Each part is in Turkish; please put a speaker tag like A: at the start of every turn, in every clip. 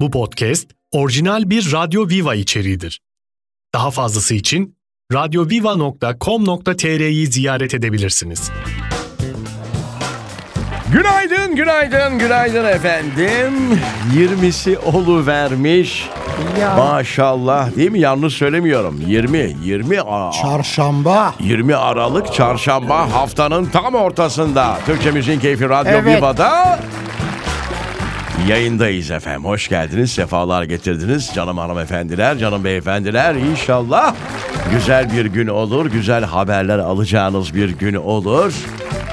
A: Bu podcast orijinal bir Radyo Viva içeriğidir. Daha fazlası için radyoviva.com.tr'yi ziyaret edebilirsiniz.
B: Günaydın, günaydın, günaydın efendim. 20'si olu vermiş. Maşallah değil mi? Yanlış söylemiyorum. 20, 20 aa,
C: Çarşamba.
B: 20 Aralık çarşamba haftanın tam ortasında Türkçe Müziğin Keyfi Radyo
C: Evet.
B: Viva'da yayındayız efendim. Hoş geldiniz, sefalar getirdiniz. Canım hanımefendiler, canım beyefendiler İnşallah güzel bir gün olur, güzel haberler alacağınız bir gün olur.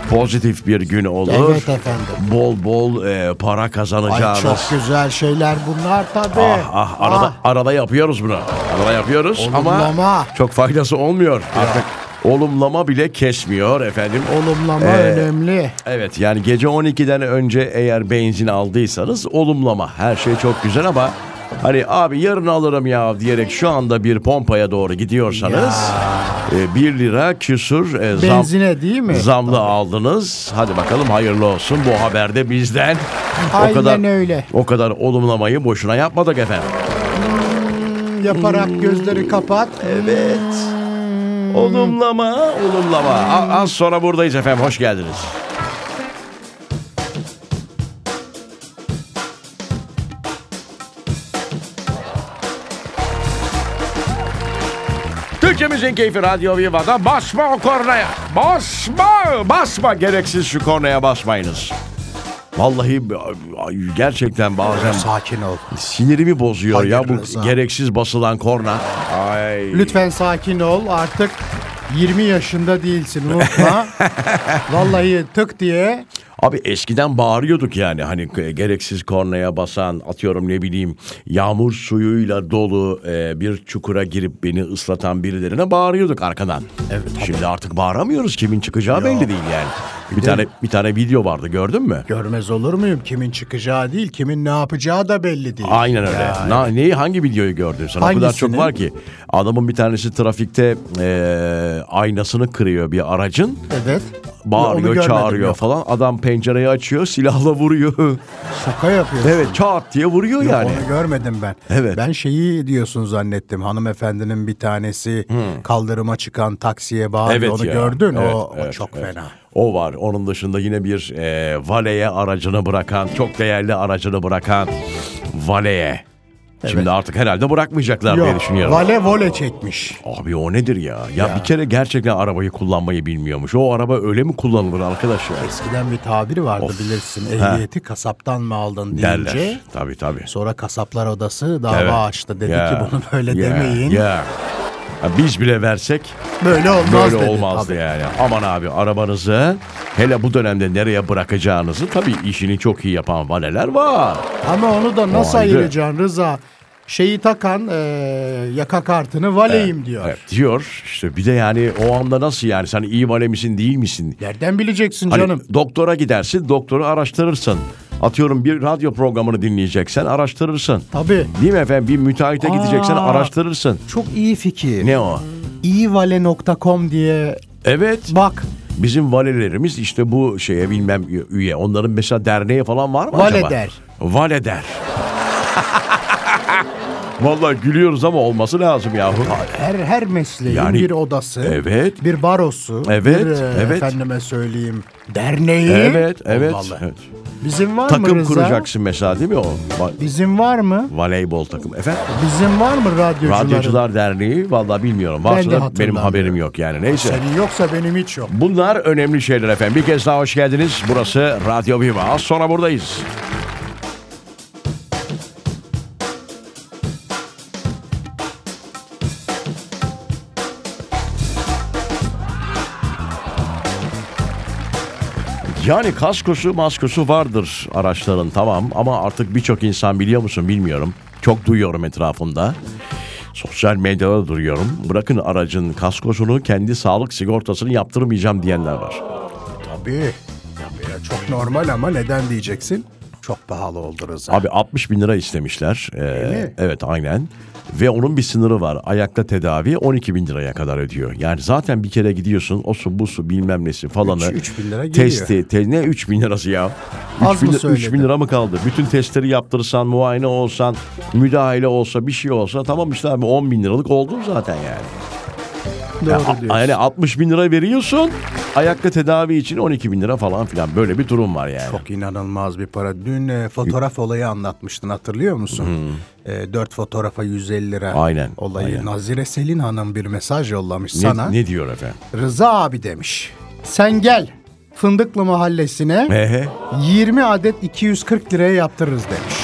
B: Pozitif bir gün olur.
C: Evet efendim.
B: Bol bol e, para
C: Ay
B: kazanacağınız.
C: çok güzel şeyler bunlar tabii.
B: Ah ah arada
C: Ah,
B: arada yapıyoruz bunu. Arada yapıyoruz ama
C: Olumlama.
B: çok faydası olmuyor. Artık olumlama bile kesmiyor efendim.
C: Ah, olumlama
B: Ee,
C: önemli.
B: Evet yani gece 12'den önce eğer benzin aldıysanız olumlama. Her şey çok güzel ama hani abi yarın alırım ya diyerek şu anda bir pompaya doğru gidiyorsanız e, 1 lira küsur e, zam-
C: Benzine değil mi?
B: zamlı aldınız. Hadi bakalım hayırlı olsun. Bu haberde bizden
C: Aynen öyle.
B: o kadar olumlamayı boşuna yapmadık efendim.
C: Yaparak gözleri kapat.
B: Evet. Hmm. Olumlama, olumlama. A- Az sonra buradayız efendim. Hoş geldiniz. Türkçemizin keyfi Radyo Viva'da basma o kornaya. Basma, basma. Gereksiz şu kornaya basmayınız. Vallahi b- ay, gerçekten bazen
C: Sakin ol.
B: sinirimi bozuyor ya bu
C: Hayırlı olsun.
B: gereksiz basılan korna. Ay.
C: Lütfen sakin ol. Artık 20 yaşında değilsin unutma. Vallahi tık diye
B: Abi eskiden bağırıyorduk yani hani k- gereksiz kornaya basan atıyorum ne bileyim yağmur suyuyla dolu e, bir çukura girip beni ıslatan birilerine bağırıyorduk arkadan. Şimdi artık bağıramıyoruz kimin çıkacağı belli değil yani. Bir, tane bir tane video vardı gördün mü?
C: görmez olur muyum? Kimin çıkacağı değil, kimin ne yapacağı da belli değil.
B: Aynen öyle. Na, neyi hangi videoyu gördün sen? O kadar
C: Hangisini?
B: çok var ki. Adamın bir tanesi trafikte e, aynasını kırıyor bir aracın.
C: Evet. Onu
B: Bağırıyor,
C: görmedim
B: çağırıyor
C: yok.
B: falan. Adam pencereyi açıyor, silahla vuruyor.
C: Şaka yapıyorsun.
B: Evet çat diye vuruyor
C: Yok,
B: yani.
C: Onu görmedim ben.
B: Evet.
C: Ben şeyi diyorsun zannettim. Hanımefendinin bir tanesi kaldırıma çıkan taksiye bağırıyor. onu
B: ya.
C: gördün.
B: Hmm. Evet,
C: o, o
B: evet,
C: çok
B: evet.
C: fena.
B: O var. Onun dışında yine bir e, valeye aracını bırakan, çok değerli aracını bırakan valeye. Şimdi artık herhalde bırakmayacaklar diye düşünüyorum.
C: vale vole çekmiş.
B: Abi o nedir ya? ya? bir kere gerçekten arabayı kullanmayı bilmiyormuş. O araba öyle mi kullanılır arkadaş ya?
C: Eskiden bir tabiri vardı bilirsin. Ehliyeti kasaptan mı aldın deyince.
B: Derler. Tabii tabii.
C: Sonra kasaplar odası dava
B: Evet.
C: açtı. Dedi
B: Ya,
C: ki bunu böyle
B: ya,
C: demeyin.
B: ya. Ha, Biz bile versek
C: Böyle olmaz
B: Böyle
C: dedi.
B: olmazdı
C: Tabii.
B: yani. Aman abi arabanızı hele bu dönemde nereye bırakacağınızı tabii işini çok iyi yapan valeler var.
C: Ama onu da nasıl
B: O ayrı.
C: ayıracaksın Rıza? Şeyi takan e, yaka kartını valeyim diyor.
B: Evet, diyor işte bir de yani o anda nasıl yani sen iyi vale misin değil misin?
C: Nereden bileceksin
B: Hani
C: canım?
B: doktora gidersin doktoru araştırırsın. Atıyorum bir radyo programını dinleyeceksen araştırırsın.
C: Tabii.
B: Değil mi efendim bir müteahhite gideceksen
C: Aa.
B: araştırırsın.
C: Çok iyi fikir.
B: Ne o?
C: iyivale.com diye
B: Evet
C: bak
B: bizim valelerimiz işte bu şeye bilmem üye. Onların mesela derneği falan var mı
C: Vale
B: acaba?
C: der.
B: Vale der. Vallahi gülüyoruz ama olması lazım yahu.
C: her her mesleğin
B: Yani-
C: bir odası,
B: Evet.
C: bir barosu,
B: Evet,
C: bir e,
B: evet.
C: efendime söyleyeyim derneği.
B: Evet, evet.
C: Allah Allah.
B: evet.
C: Bizim var mı
B: Takım
C: Rıza?
B: kuracaksın mesela değil mi o? Va-
C: Bizim var mı?
B: voleybol takım. Efendim?
C: Bizim var mı radyocuların?
B: Radyocular Derneği vallahi bilmiyorum.
C: de
B: Varsa da benim
C: hatırlamıyorum.
B: haberim yok yani. Neyse.
C: Senin yoksa benim hiç yok.
B: Bunlar önemli şeyler efendim. Bir kez daha hoş geldiniz. Burası Radyo Viva. Az sonra buradayız. Yani kaskosu maskosu vardır araçların tamam ama artık birçok insan biliyor musun bilmiyorum. Çok duyuyorum etrafımda. Sosyal medyada duruyorum. Bırakın aracın kaskosunu kendi sağlık sigortasını yaptırmayacağım diyenler var.
C: Tabii. Tabii ya, çok normal ama neden diyeceksin? Çok pahalı oldu Rıza.
B: Abi 60 bin lira istemişler. Ee,
C: mi?
B: evet aynen. Ve onun bir sınırı var. Ayakta tedavi 12 bin liraya kadar ödüyor. Yani zaten bir kere gidiyorsun o su bu su bilmem nesi falanı.
C: Üç- üç bin lira geliyor.
B: Testi. Te, ne 3 bin lirası ya?
C: Az
B: 3 bin,
C: mı
B: li- üç bin
C: söyledin?
B: lira mı kaldı? Bütün testleri yaptırırsan, muayene olsan, müdahale olsa, bir şey olsa tamam işte abi 10 bin liralık oldun zaten yani.
C: Doğru
B: Ya,
C: diyorsun.
B: yani 60 bin lira veriyorsun. Ayakta tedavi için 12 bin lira falan filan. Böyle bir durum var yani.
C: Çok inanılmaz bir para. Dün e, fotoğraf olayı anlatmıştın hatırlıyor musun? E, dört fotoğrafa 150 lira
B: Aynen,
C: olayı.
B: aynen.
C: Nazire Selin Hanım bir mesaj yollamış
B: Ne-
C: sana.
B: ne diyor efendim?
C: Rıza abi demiş. Sen gel Fındıklı Mahallesi'ne
B: Ehe.
C: 20 adet 240 liraya yaptırırız demiş.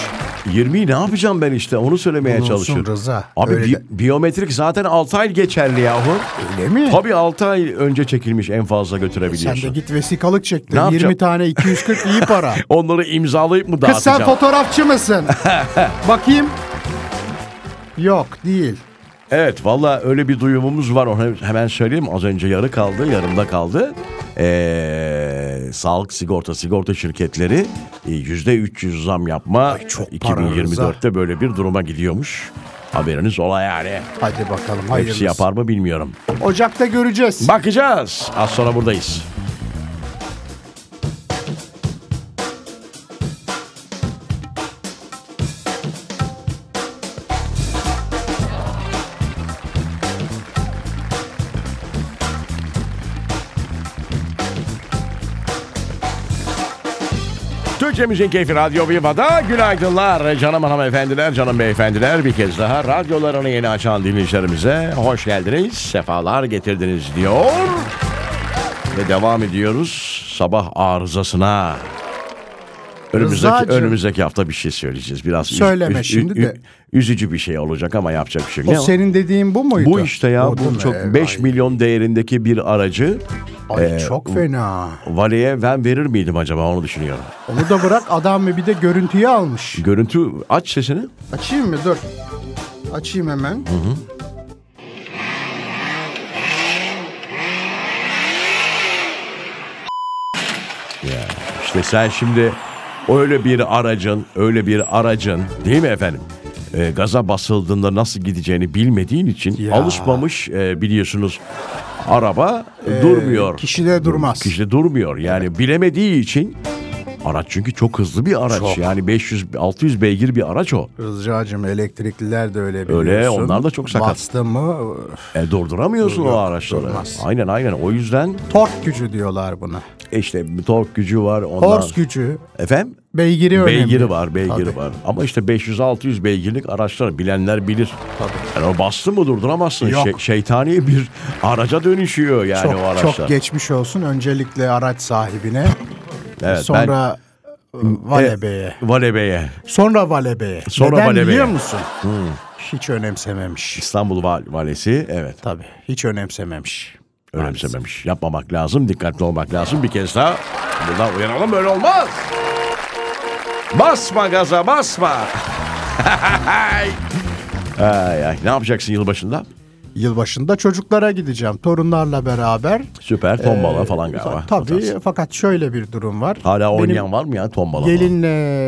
B: 20'yi ne yapacağım ben işte onu söylemeye
C: Bulunsun
B: çalışıyorum.
C: Rıza.
B: Abi
C: Öyle
B: bi-
C: de-
B: biyometrik zaten 6 ay geçerli yahu.
C: Öyle mi?
B: Tabii 6 ay önce çekilmiş en fazla
C: Sen
B: götürebiliyorsun.
C: de git vesikalık çektir.
B: Ne
C: 20
B: yapacağım?
C: tane 240 iyi para.
B: Onları imzalayıp mı
C: Kız sen
B: dağıtacağım?
C: fotoğrafçı mısın? Bakayım. Yok değil.
B: evet valla öyle bir duyumumuz var onu hemen söyleyeyim. Az önce yarı kaldı yarımda kaldı. Ee, sağlık sigorta sigorta şirketleri e, %300 zam yapma
C: çok para
B: 2024'te böyle bir duruma gidiyormuş. Haberiniz ola yani.
C: Hadi bakalım
B: Hepsi
C: hayırlısı.
B: yapar mı bilmiyorum.
C: Ocakta göreceğiz.
B: Bakacağız. Az sonra buradayız. Türkçemizin keyfi Radyo Viva'da günaydınlar canım hanımefendiler, canım beyefendiler. Bir kez daha radyolarını yeni açan dinleyicilerimize hoş geldiniz, sefalar getirdiniz diyor. Ve devam ediyoruz sabah arızasına. Önümüzdeki,
C: Rızacığım.
B: önümüzdeki hafta bir şey söyleyeceğiz. Biraz üz-
C: Söyleme
B: üz-
C: şimdi
B: ü-
C: de.
B: Üzücü bir şey olacak ama yapacak bir şey. yok.
C: O
B: Ne o?
C: senin dediğin bu muydu?
B: Bu işte ya
C: O değil
B: bu
C: mi?
B: çok
C: Ee,
B: 5
C: ay-
B: milyon değerindeki bir aracı Ee,
C: Ay, çok fena.
B: valeye ben verir miydim acaba onu düşünüyorum.
C: Onu da bırak adam bir de görüntüyü almış.
B: Görüntü aç sesini.
C: Açayım mı? Dur. Açayım hemen.
B: Ya işte sen şimdi öyle bir aracın, öyle bir aracın değil mi efendim? E, gaza basıldığında nasıl gideceğini bilmediğin için
C: Ya.
B: alışmamış e, biliyorsunuz araba e, durmuyor.
C: kişide Ee, durmaz.
B: Kişide durmuyor. Yani bilemediği için araç çünkü çok hızlı bir araç.
C: Çok.
B: Yani 500 600 beygir bir araç o.
C: Rızcacığım elektrikliler de öyle biliyorsun.
B: onlar da çok sakat.
C: Bastı mı öf,
B: E, durduramıyorsun o
C: Yok,
B: araçları.
C: durmaz.
B: Aynen aynen. O yüzden
C: tork gücü diyorlar buna.
B: işte tork gücü var ondan.
C: Tors gücü.
B: Efendim?
C: Beygiri Şey önemli.
B: Beygiri var, beygiri
C: Tabii.
B: var. Ama işte 500-600 beygirlik araçlar bilenler bilir. Yani o bastı mı durduramazsın.
C: Yok.
B: Şey- şeytani bir araca dönüşüyor yani o
C: Çok,
B: araçlar.
C: çok geçmiş olsun öncelikle araç sahibine.
B: Evet,
C: sonra Valebe'ye.
B: ben E, Valebe'ye,
C: Sonra Valebe'ye.
B: Sonra
C: Neden
B: Valebe'ye.
C: biliyor musun? Hiç önemsememiş.
B: İstanbul Val- Valisi evet
C: Tabii hiç önemsememiş.
B: önemsememiş. Yapmamak lazım, dikkatli olmak lazım. Bir kez daha buradan uyaralım böyle olmaz. Basma gaza basma. ay, ay. Ne yapacaksın yılbaşında?
C: Yılbaşında çocuklara gideceğim torunlarla beraber.
B: Süper tombala falan
C: Fa-
B: galiba. O
C: Ee, Tabii
B: tarz.
C: fakat şöyle bir durum var.
B: Hala
C: Benim
B: oynayan var mı ya tombala? falan?
C: Gelinle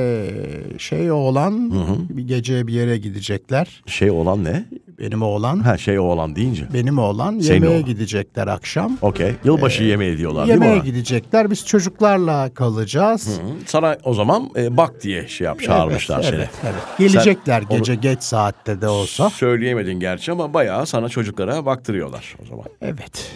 C: şey oğlan bir gece bir yere gidecekler.
B: Şey olan ne?
C: Benim oğlan,
B: Ha şey oğlan deyince.
C: benim oğlan
B: Senin
C: yemeğe
B: oğlan.
C: gidecekler akşam.
B: Okey. Yılbaşı yemeği diyorlar
C: Yemeğe
B: değil mi?
C: gidecekler. Biz çocuklarla kalacağız.
B: ona? Sana o zaman e, bak diye şey yap, çağırmışlar
C: evet,
B: seni.
C: evet, evet. Gelecekler
B: onu-
C: gece geç saatte de olsa.
B: Söyleyemedin gerçi ama bayağı sana çocuklara baktırıyorlar o zaman.
C: Evet.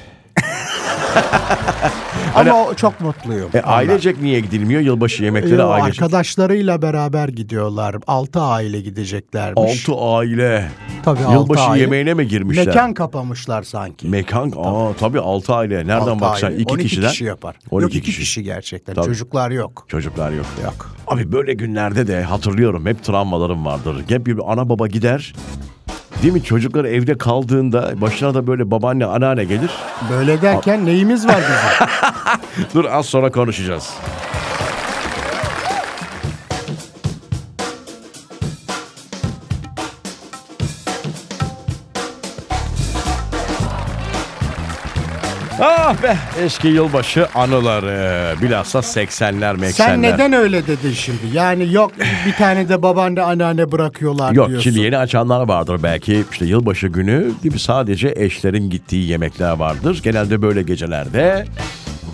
C: Ama o- çok mutluyum.
B: E, ailecek niye gidilmiyor? Yılbaşı
C: Onlar-
B: yemekleri
C: Yo,
B: ailecek.
C: arkadaşlarıyla beraber gidiyorlar. 6 aile gideceklermiş.
B: Altı aile.
C: Tabii altı
B: Yılbaşı
C: aile.
B: yemeğine mi girmişler?
C: Mekan kapamışlar sanki.
B: Mekan. Aa tabii altı aile. Nereden
C: Altı
B: baksan
C: aile.
B: iki
C: 12
B: kişiden.
C: kişi yapar.
B: 12
C: yok 2
B: kişi.
C: kişi. gerçekten.
B: Tabii.
C: Çocuklar yok.
B: Çocuklar yok.
C: Yok.
B: Abi böyle günlerde de hatırlıyorum hep travmalarım vardır. Hep bir ana baba gider. Değil mi çocuklar evde kaldığında başına da böyle babaanne anneanne gelir.
C: Böyle derken neyimiz var bizim?
B: Dur az sonra konuşacağız. Ah be eski yılbaşı anıları. Bilhassa 80'ler 80'ler.
C: Sen neden öyle dedin şimdi? Yani yok bir tane de babaanne anneanne bırakıyorlar
B: Yok
C: diyorsun.
B: şimdi yeni açanlar vardır belki işte yılbaşı günü gibi sadece eşlerin gittiği yemekler vardır. Genelde böyle gecelerde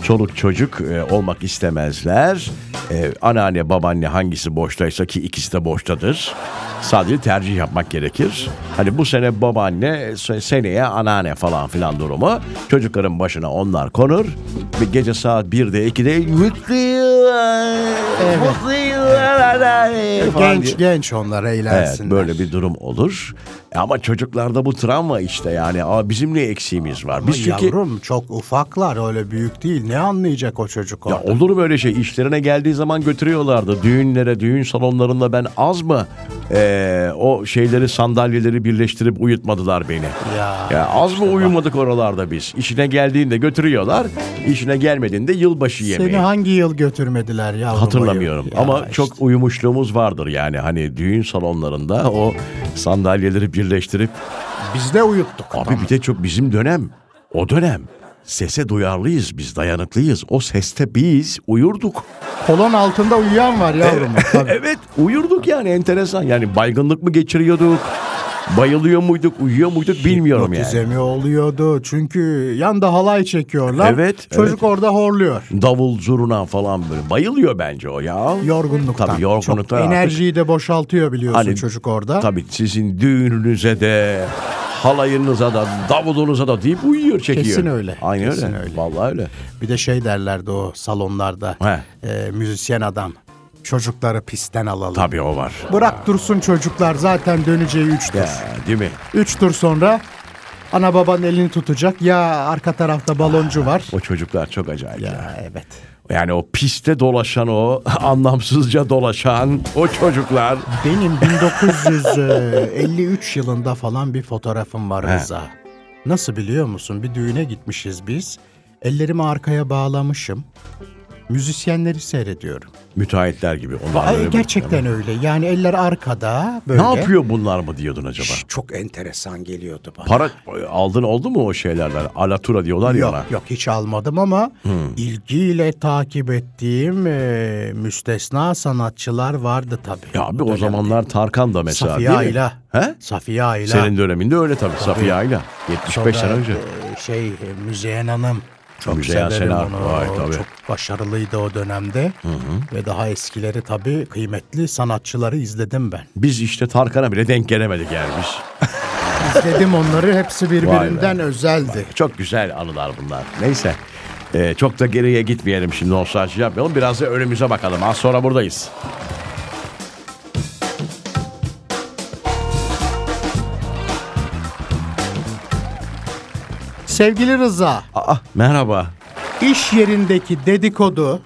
B: çoluk çocuk e, olmak istemezler. E, anneanne babaanne hangisi boştaysa ki ikisi de boştadır. Sadece tercih yapmak gerekir. Hani bu sene babaanne se- seneye anneanne falan filan durumu. Çocukların başına onlar konur. Ve gece saat 1'de 2'de mutlu yıllar. Mutlu yıllar anneanne falan diye.
C: Genç genç onlar
B: Evet
C: eğlensinler.
B: böyle bir durum olur. E Ama çocuklarda bu travma işte yani. Aa, bizim ne eksiğimiz var? Biz çünkü...
C: Yavrum çok ufaklar öyle büyük değil. Ne anlayacak o çocuk
B: Ya
C: orada?
B: olur mu öyle şey? İşlerine geldiği zaman götürüyorlardı. Düğünlere, düğün salonlarında ben az mı e, o şeyleri, sandalyeleri birleştirip uyutmadılar beni?
C: Ya.
B: Ya az mı uyumadık oralarda biz? İşine geldiğinde götürüyorlar, işine gelmediğinde yılbaşı yemeği.
C: Seni hangi yıl götürmediler yavrum?
B: Hatırlamıyorum
C: Ya
B: ama
C: işte.
B: çok uyumuşluğumuz vardır yani hani düğün salonlarında o sandalyeleri birleştirip
C: Biz de uyuttuk.
B: Abi bir de çok bizim dönem, o dönem. Sese duyarlıyız biz, dayanıklıyız. O seste biz uyurduk.
C: Kolon altında uyuyan var yavrum. Tabii.
B: Evet, uyurduk yani enteresan. Yani baygınlık mı geçiriyorduk, bayılıyor muyduk, uyuyor muyduk bilmiyorum yani.
C: Hipnotize mi oluyordu? Çünkü yanda halay çekiyorlar.
B: Evet,
C: Çocuk orada horluyor.
B: Davul zurna falan böyle. Bayılıyor bence o ya.
C: Yorgunluktan.
B: Tabii yorgunluktan.
C: Çok
B: artık-
C: enerjiyi de boşaltıyor biliyorsun
B: Hani-
C: çocuk orada.
B: Tabii sizin düğününüze de, halayınıza da, davulunuza da deyip uyuyor çekiyor.
C: Kesin öyle,
B: Aynı
C: kesin
B: öyle.
C: öyle.
B: Vallahi öyle.
C: Bir de şey derlerdi o salonlarda.
B: He.
C: e, müzisyen adam. Çocukları pistten alalım.
B: Tabii o var.
C: Bırak dursun çocuklar zaten döneceği üç tur.
B: Ya, değil mi?
C: Üç tur sonra ana babanın elini tutacak. Ya arka tarafta baloncu var.
B: O çocuklar çok acayip ya.
C: Ya, evet.
B: Yani o piste dolaşan o anlamsızca dolaşan o çocuklar.
C: Benim 1953 yılında falan bir fotoğrafım var Rıza. Nasıl biliyor musun? Bir düğüne gitmişiz biz. Ellerimi arkaya bağlamışım. Müzisyenleri seyrediyorum.
B: Müteahhitler gibi. Onlar
C: Ay,
B: böyle
C: gerçekten öyle. Yani eller arkada
B: böyle-
C: böyle.
B: Ne yapıyor bunlar mı diyordun acaba?
C: Şş, Çok enteresan geliyordu bana.
B: Para aldın oldu mu o şeylerden? Alatura diyorlar ya ona.
C: Yok yok hiç almadım ama ilgiyle takip ettiğim e, müstesna sanatçılar vardı tabii.
B: Ya abi o
C: Dönemde.
B: zamanlar Tarkan da mesela
C: Safiye
B: değil mi?
C: Ayla.
B: He?
C: Safiye Ayla.
B: Senin döneminde öyle tabii. Safiye Ayla. 75 sene
C: Sonra,
B: önce.
C: e, şey e, Müzeyyen Hanım. Çok
B: Müzeyyen
C: severim
B: Senar,
C: onu.
B: vay
C: O
B: tabii.
C: Çok başarılıydı o dönemde. Ve daha eskileri tabii kıymetli sanatçıları izledim ben.
B: Biz işte Tarkan'a bile denk gelemedik yani biz.
C: İzledim onları hepsi birbirinden
B: Vay
C: özeldi.
B: Çok güzel anılar bunlar. Neyse. Ee, çok da geriye gitmeyelim şimdi nostalji yapmayalım. Biraz da önümüze bakalım. Az sonra buradayız.
C: Sevgili Rıza,
B: Aa, merhaba.
C: iş yerindeki dedikodu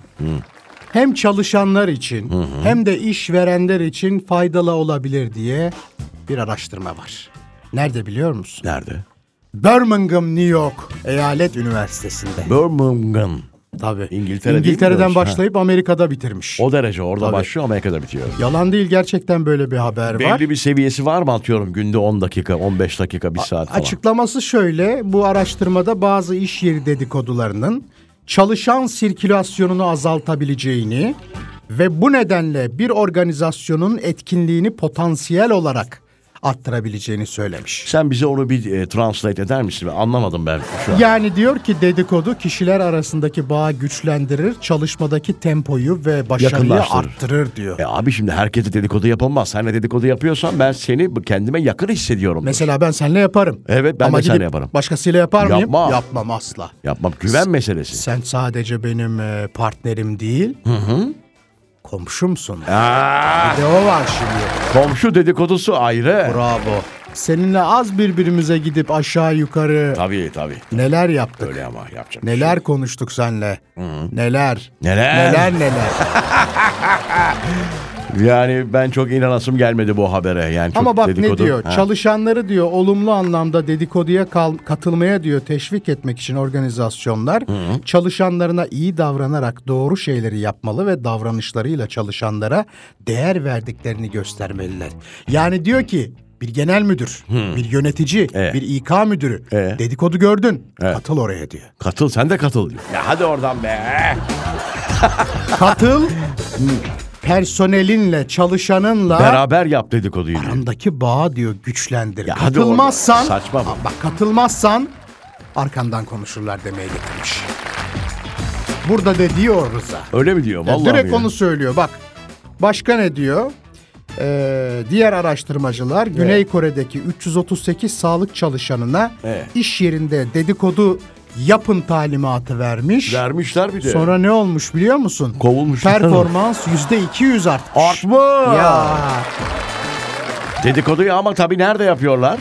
C: hem çalışanlar için hem de işverenler için faydalı olabilir diye bir araştırma var. Nerede biliyor musun?
B: Nerede?
C: Birmingham, New York Eyalet Üniversitesi'nde.
B: Birmingham.
C: Tabii.
B: İngiltere değil mi
C: İngiltere'den
B: diyorsun?
C: başlayıp Amerika'da bitirmiş.
B: O derece orada
C: Tabii.
B: başlıyor Amerika'da bitiyor.
C: Yalan değil gerçekten böyle bir haber var.
B: Belli bir seviyesi var mı atıyorum günde 10 dakika, 15 dakika, 1 saat falan.
C: Açıklaması şöyle. Bu araştırmada bazı iş yeri dedikodularının çalışan sirkülasyonunu azaltabileceğini ve bu nedenle bir organizasyonun etkinliğini potansiyel olarak arttırabileceğini söylemiş.
B: Sen bize onu bir e, translate eder misin? Anlamadım ben şu an.
C: Yani diyor ki dedikodu kişiler arasındaki bağı güçlendirir, çalışmadaki tempoyu ve başarıyı
B: Yakınlaştırır.
C: arttırır diyor.
B: E abi şimdi herkese dedikodu yapılmaz. Sen de dedikodu yapıyorsan ben seni bu- kendime yakın hissediyorum.
C: Mesela ben seninle yaparım.
B: Evet, ben
C: Ama
B: de seninle
C: gidip
B: yaparım.
C: Başkasıyla yapar mıyım?
B: Yapmam.
C: Yapmam asla.
B: Yapmam güven meselesi.
C: Sen sadece benim e, partnerim değil. Komşumsun.
B: Aa,
C: Bir de o var şimdi.
B: komşu dedikodusu ayrı.
C: Bravo. Seninle az birbirimize gidip aşağı yukarı
B: Tabii tabii.
C: neler yaptık.
B: Öyle ama yapacak. bir şey yok.
C: Neler konuştuk senle. Neler.
B: Neler?
C: Neler neler.
B: Yani ben çok inanasım gelmedi bu habere. Yani çok
C: Ama bak ne
B: dedikodu-
C: diyor?
B: Ha.
C: Çalışanları diyor olumlu anlamda dedikoduya kal- katılmaya diyor teşvik etmek için organizasyonlar çalışanlarına iyi davranarak doğru şeyleri yapmalı ve davranışlarıyla çalışanlara değer verdiklerini göstermeliler. Yani diyor ki bir genel müdür, bir yönetici,
B: E.
C: bir İK müdürü
B: E.
C: dedikodu gördün.
B: E.
C: Katıl oraya diyor.
B: Katıl sen de katıl diyor. Ya hadi oradan be.
C: Katıl personelinle, çalışanınla
B: Beraber yap dedikoduyu. diyor.
C: arandaki bağı diyor güçlendir.
B: Ya hadi
C: katılmazsan
B: oradan. Saçma bu.
C: Aa, bak katılmazsan arkandan konuşurlar demeye getirmiş. Burada da diyor Rıza.
B: Öyle mi diyor?
C: Ya
B: Vallahi
C: direkt
B: mi ya?
C: onu söylüyor. Bak başka ne diyor? Ee, diğer araştırmacılar Güney Kore'deki 338 sağlık çalışanına
B: Evet.
C: iş yerinde dedikodu yapın talimatı vermiş.
B: Vermişler bir de.
C: Sonra ne olmuş biliyor musun?
B: Kovulmuşlar.
C: Performans %200 artmış.
B: Artma.
C: Ya
B: Dedikoduyu ama tabii nerede yapıyorlar?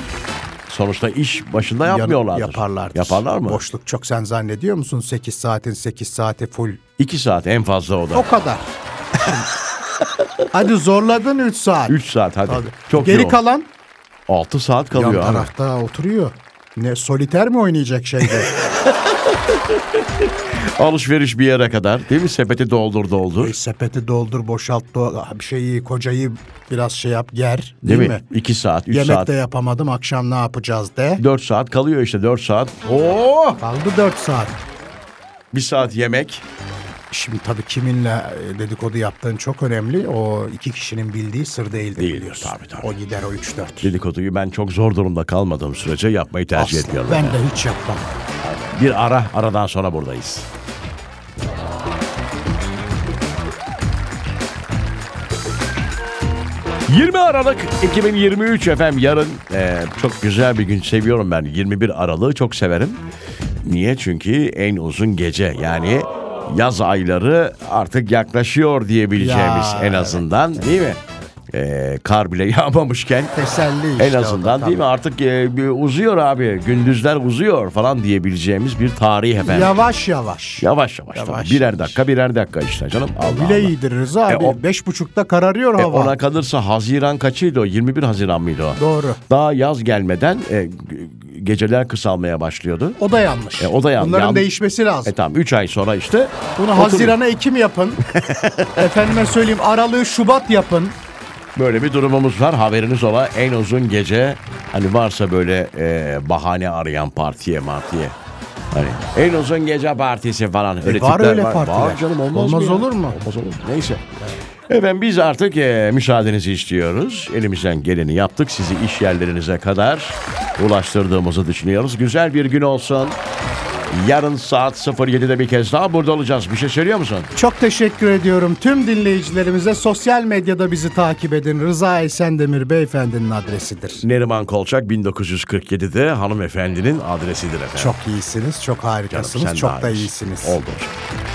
B: Sonuçta iş başında yapmıyorlar.
C: Yaparlardır.
B: Yaparlar mı?
C: Boşluk çok sen zannediyor musun? 8 saatin 8 saati full.
B: İki saat en fazla o da.
C: O kadar. Hadi zorladın 3 saat.
B: Üç saat hadi.
C: Hadi.
B: Çok
C: Geri
B: yoğun.
C: kalan
B: Altı saat
C: yan
B: kalıyor. abi.
C: tarafta oturuyor. Ne soliter mi oynayacak şeyde?
B: Alışveriş bir yere kadar. Değil mi? Sepeti doldur doldur.
C: E, sepeti doldur, boşalt, do- bir şeyi, kocayı biraz şey yap, ger.
B: Değil, mi? İki saat, üç
C: Yemek
B: saat.
C: de yapamadım, akşam ne yapacağız de.
B: Dört saat kalıyor işte dört saat. Oo!
C: Kaldı 4 saat.
B: Bir saat yemek.
C: Şimdi tabii kiminle e, dedikodu yaptığın çok önemli. O iki kişinin bildiği sır değildir
B: Değildir,
C: biliyorsun.
B: tabii, tabii.
C: O gider o 3-4.
B: Dedikoduyu ben çok zor durumda kalmadığım sürece yapmayı tercih
C: Asla
B: etmiyorum.
C: ben de hiç yapmam.
B: Bir ara, aradan sonra buradayız. ...20 Aralık 2023 efendim yarın... eee, ...çok güzel bir gün seviyorum ben... ...21 Aralık'ı çok severim. Niye? Çünkü en uzun gece... ...yani yaz ayları... ...artık yaklaşıyor diyebileceğimiz...
C: Ya,
B: ...en azından değil mi? Eee, kar bile yağmamışken...
C: Teselli işte.
B: En azından
C: o da,
B: değil mi?
C: tabii.
B: Artık e, bir uzuyor abi. Gündüzler uzuyor falan diyebileceğimiz bir tarih efendim.
C: Yavaş yavaş.
B: yavaş yavaş.
C: Yavaş
B: tabii.
C: yavaş.
B: Birer dakika birer dakika işte canım. Allah
C: Bile
B: Allah.
C: iyidir Rıza
B: E,
C: abi.
B: o-
C: Beş buçukta kararıyor
B: E,
C: hava.
B: ona kalırsa Haziran kaçıydı o? 21 Haziran mıydı o?
C: Doğru.
B: Daha yaz gelmeden e, g- geceler kısalmaya başlıyordu.
C: O da yanlış.
B: E, o da yan-
C: Bunların
B: yan-
C: değişmesi lazım. E,
B: E tamam 3 ay sonra işte.
C: Bunu
B: oturuyor.
C: Haziran'a Ekim yapın. Efendime söyleyeyim Aralığı Şubat yapın.
B: Böyle bir durumumuz var. Haberiniz ola en uzun gece hani varsa böyle e, bahane arayan partiye martiye. Hani en uzun gece partisi falan.
C: E, var
B: tipler
C: öyle partiler.
B: Var canım olmaz,
C: Olmaz
B: mı ya?
C: olur mu?
B: Olmaz olur mu? Neyse. Efendim biz artık e, müsaadenizi istiyoruz. Elimizden geleni yaptık. Sizi iş yerlerinize kadar ulaştırdığımızı düşünüyoruz. Güzel bir gün olsun. Yarın saat 07'de bir kez daha burada olacağız. Bir şey söylüyor musun?
C: Çok teşekkür ediyorum tüm dinleyicilerimize. Sosyal medyada bizi takip edin. Rıza Esendemir beyefendinin adresidir.
B: Neriman Kolçak 1947'de hanımefendinin adresidir efendim.
C: Çok iyisiniz, çok
B: Canım,
C: harikasınız,
B: sen
C: çok
B: daha
C: da iyisiniz.
B: Oldu hocam.